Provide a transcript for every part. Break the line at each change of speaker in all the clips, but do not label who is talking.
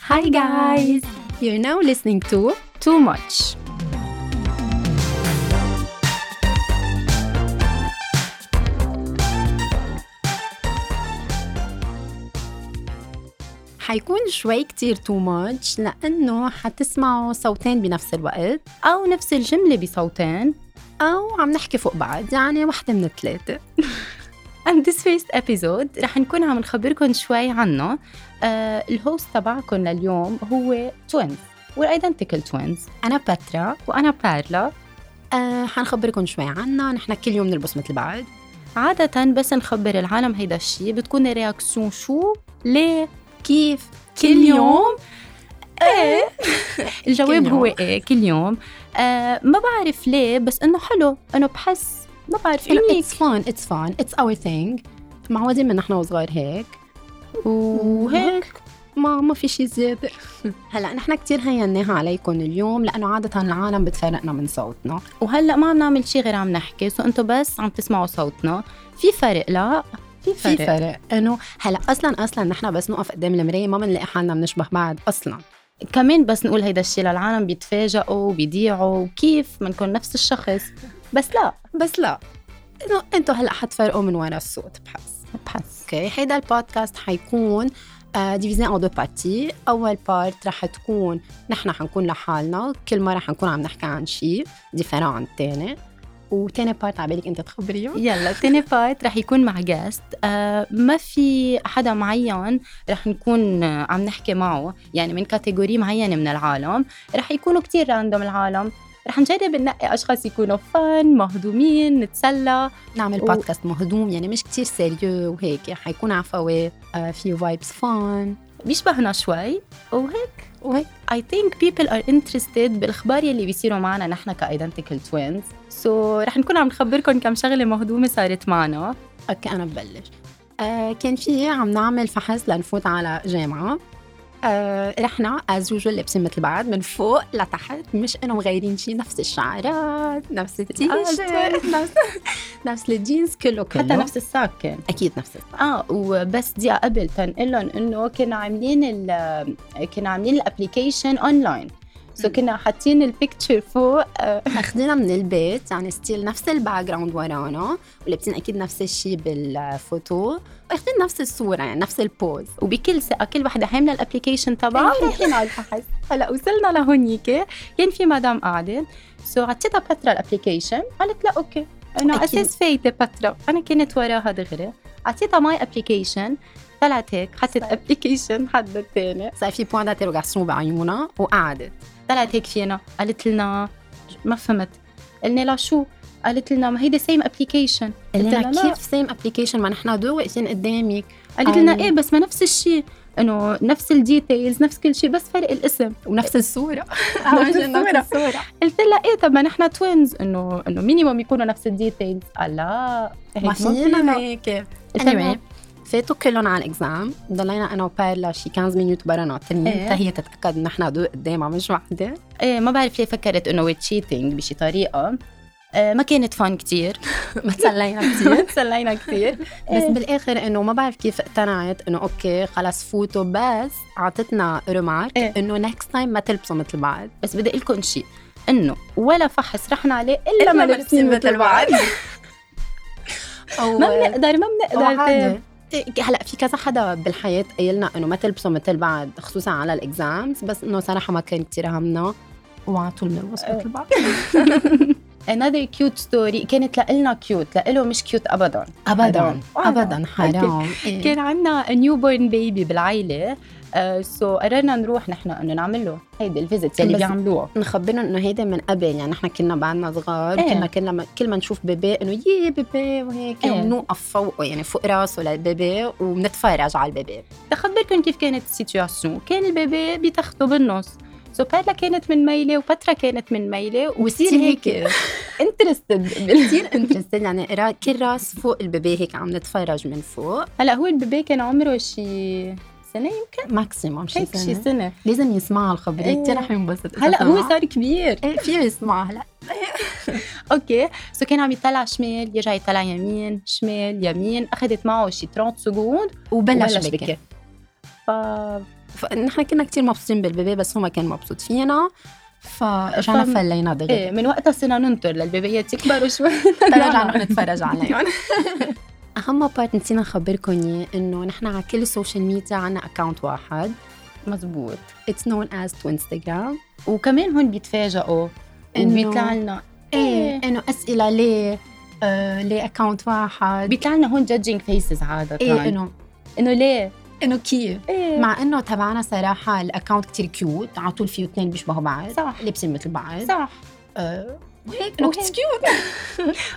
Hi guys!
You're now listening to
Too much.
حيكون شوي كتير too much لأنه حتسمعوا صوتين بنفس الوقت أو نفس الجملة بصوتين أو عم نحكي فوق بعض يعني وحدة من الثلاثة And this first episode رح نكون عم نخبركم شوي عنه آه الهوست تبعكم لليوم هو توينز We're identical twins أنا باترا وأنا بارلا آه حنخبركم شوي عنها نحن كل يوم نلبس مثل بعض عادة بس نخبر العالم هيدا الشيء بتكون الرياكسيون شو ليه كيف كل يوم ايه الجواب هو ايه كل يوم آه ما بعرف ليه بس انه حلو انه بحس ما بعرف انه اتس فان اتس فان اتس اور ثينج معودين من نحن وصغار هيك وهيك ما ما في شيء زيادة هلا نحن كثير هيناها عليكم اليوم لأنه عادة العالم بتفرقنا من صوتنا وهلا ما عم نعمل شيء غير عم نحكي سو انتم بس عم تسمعوا صوتنا في فرق لا في فرق في فرق انه هلا اصلا اصلا نحن بس نوقف قدام المرايه ما بنلاقي حالنا بنشبه بعض اصلا كمان بس نقول هيدا الشيء للعالم بيتفاجئوا وبيضيعوا وكيف بنكون نفس الشخص بس لا بس لا انه انتم هلا حتفرقوا من ورا الصوت بحس بحس اوكي هيدا البودكاست حيكون آه، ديفيزين اون دو بارتي اول بارت رح تكون نحن حنكون لحالنا كل مره حنكون عم نحكي عن شيء ديفيرون عن الثاني وتاني بارت على بالك انت تخبريهم
يلا تاني بارت رح يكون مع جاست آه ما في حدا معين رح نكون آه، عم نحكي معه يعني من كاتيجوري معينة من العالم رح يكونوا كتير راندوم العالم رح نجرب ننقي أشخاص يكونوا فن مهضومين نتسلى
نعمل
و-
بودكاست مهضوم يعني مش كتير سيريو وهيك يعني حيكون عفوي آه، في فايبس فان
بيشبهنا شوي وهيك
وهيك
I think people are interested بالأخبار يلي بيصيروا معنا نحن كايدنتيكال توينز سو رح نكون عم نخبركم كم شغلة مهضومة صارت معنا
اوكي انا ببلش آه كان في عم نعمل فحص لنفوت على جامعه آه رحنا از يوجوال لابسين مثل بعض من فوق لتحت مش انه مغيرين شيء نفس الشعرات نفس التيشيرت نفس نفس الجينز كله كله
حتى نفس الساك كان
اكيد نفس الشيء.
اه وبس دقيقه قبل تنقل لهم انه كنا عاملين ال كنا عاملين الابلكيشن اونلاين سو so كنا حاطين البيكتشر فوق آه،
اخذنا من البيت يعني ستيل نفس الباك جراوند ورانا ولابسين اكيد نفس الشيء بالفوتو واخذين نفس الصوره يعني نفس البوز
وبكل ثقه كل وحده حامله الابلكيشن تبعها ورايحين على البحث هلا وصلنا لهونيك كان في مدام قاعده سو so عطيتها باترا الابلكيشن قالت لا اوكي انه
أكيد.
اساس فايته باترا انا كنت وراها دغري عطيتها ماي ابلكيشن طلعت هيك حطت ابلكيشن حد الثاني
صار في بوان دانتيروغاسيون بعيونها وقعدت
طلعت هيك فينا قالت لنا ما فهمت قلنا لها شو قالت لنا ما هيدا سيم ابلكيشن
قلت
قلت لها
لها كيف سيم ابلكيشن ما نحن دو واقفين قدامك
قالت لنا
أي.
ايه بس ما نفس الشيء انه نفس الديتيلز نفس كل شيء بس فرق الاسم
ونفس الصوره
الصوره قلت لها ايه طب ما نحن توينز انه انه مينيموم يكونوا نفس الديتيلز قال لا هيك
ما فينا هيك
قلت لها
المهم، فاتوا كلهم على الاكزام ضلينا انا وبارلا شي 15 مينوت برا ناطرين
إيه.
حتى هي تتاكد ان نحن دو قدامها مش وحده
ايه ما بعرف ليه فكرت انه ويت تشيتنج بشي طريقه آه، ما كانت فان كتير
ما تسلينا إيه. كثير
تسلينا كتير
بس بالاخر انه ما بعرف كيف اقتنعت انه اوكي خلص فوتوا بس اعطتنا ريمارك
إيه.
انه نكست تايم ما تلبسوا مثل بعض
بس بدي اقول لكم شيء انه ولا فحص رحنا عليه الا ما لابسين مثل بعض
أو-
ما بنقدر ما بنقدر
وعادي. إيه، هلا في كذا حدا بالحياه قايلنا انه ما تلبسوا مثل بعض خصوصا على الاكزامز بس انه صراحه ما كان كثير همنا إيه. وعلى طول بنلبس مثل بعض
انذر كيوت ستوري كانت لإلنا كيوت لإله مش كيوت ابدا
ابدا
وعلا.
ابدا حرام إيه.
كان عندنا نيو بورن بيبي بالعيله سو آه، قررنا نروح نحن انه نعمل له هيدي الفيزيت اللي
بس-
بيعملوها
نخبرهم انه هيدا من قبل يعني نحن كنا بعدنا صغار
إيه.
كنا كنا ما- كل ما نشوف بيبي انه يي بيبي وهيك
إيه.
وبنوقف فوقه يعني فوق راسه للبيبي وبنتفرج على البيبي
تخبركم كيف كانت السيتوياسيون كان البيبي بتاخده بالنص سو بيرلا كانت من ميله وبترا كانت من ميله وكثير هيك انترستد
كثير انترستد يعني را- كل راس فوق البيبي هيك عم نتفرج من فوق
هلا هو البيبي كان عمره شي سنه يمكن
ماكسيموم شي
هيك شي
سنة.
سنه
لازم يسمعها الخبرية
إيه.
كثير رح ينبسط إذا
هلا هو
سمعها.
صار كبير
ايه فيه يسمعها هلا
اوكي سو كان عم يطلع شمال يرجع يطلع يمين شمال يمين اخذت معه شي 30 سكوند
وبلش بكي
ف
فنحن كنا كتير مبسوطين بالبيبي بس هو ما كان مبسوط فينا فاجانا
فم-
فلينا دغري
ايه من وقتها صرنا ننطر للبيبيات يكبروا شوي
نرجع نروح نتفرج عليهم اهم بارت نسينا نخبركم اياه انه نحن على كل السوشيال ميديا عنا اكونت واحد
مزبوط
اتس نون از تو انستغرام
وكمان هون بيتفاجئوا
إنه-
وبيطلع لنا إيه.
ايه انه اسئله ليه آه ليه اكونت واحد
بيطلع لنا هون جادجينج فيسز عاده
ايه انه
انه يعني ليه؟
انه كيف
ايه
مع انه تبعنا صراحه الاكونت كتير كيوت على طول فيه اثنين بيشبهوا بعض
صح.
لابسين مثل بعض
صح
آه وهيك انه
وهيك.
كتير كيوت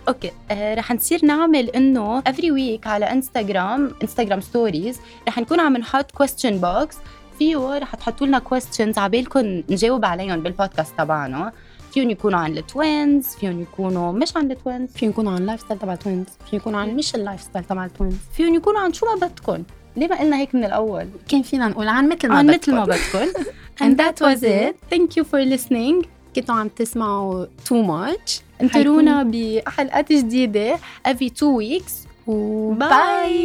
اوكي آه رح نصير نعمل انه افري ويك على انستغرام انستغرام ستوريز رح نكون عم نحط كويستشن بوكس فيه رح تحطوا لنا كويستشنز عبالكم نجاوب عليهم بالبودكاست تبعنا فيهم يكونوا عن التوينز فيهم يكونوا مش عن التوينز
في يكون عن اللايف ستايل تبع توينز في يكون عن مش اللايف ستايل تبع توينز
فيهم يكونوا عن شو ما بدكم ليه ما قلنا هيك من الاول
كان فينا نقول عن مثل ما
عن
بدكم.
مثل ما بدكم and that was it thank you for listening
كنتوا عم تسمعوا تو ماتش
انطرونا بحلقات جديده every two weeks
و
باي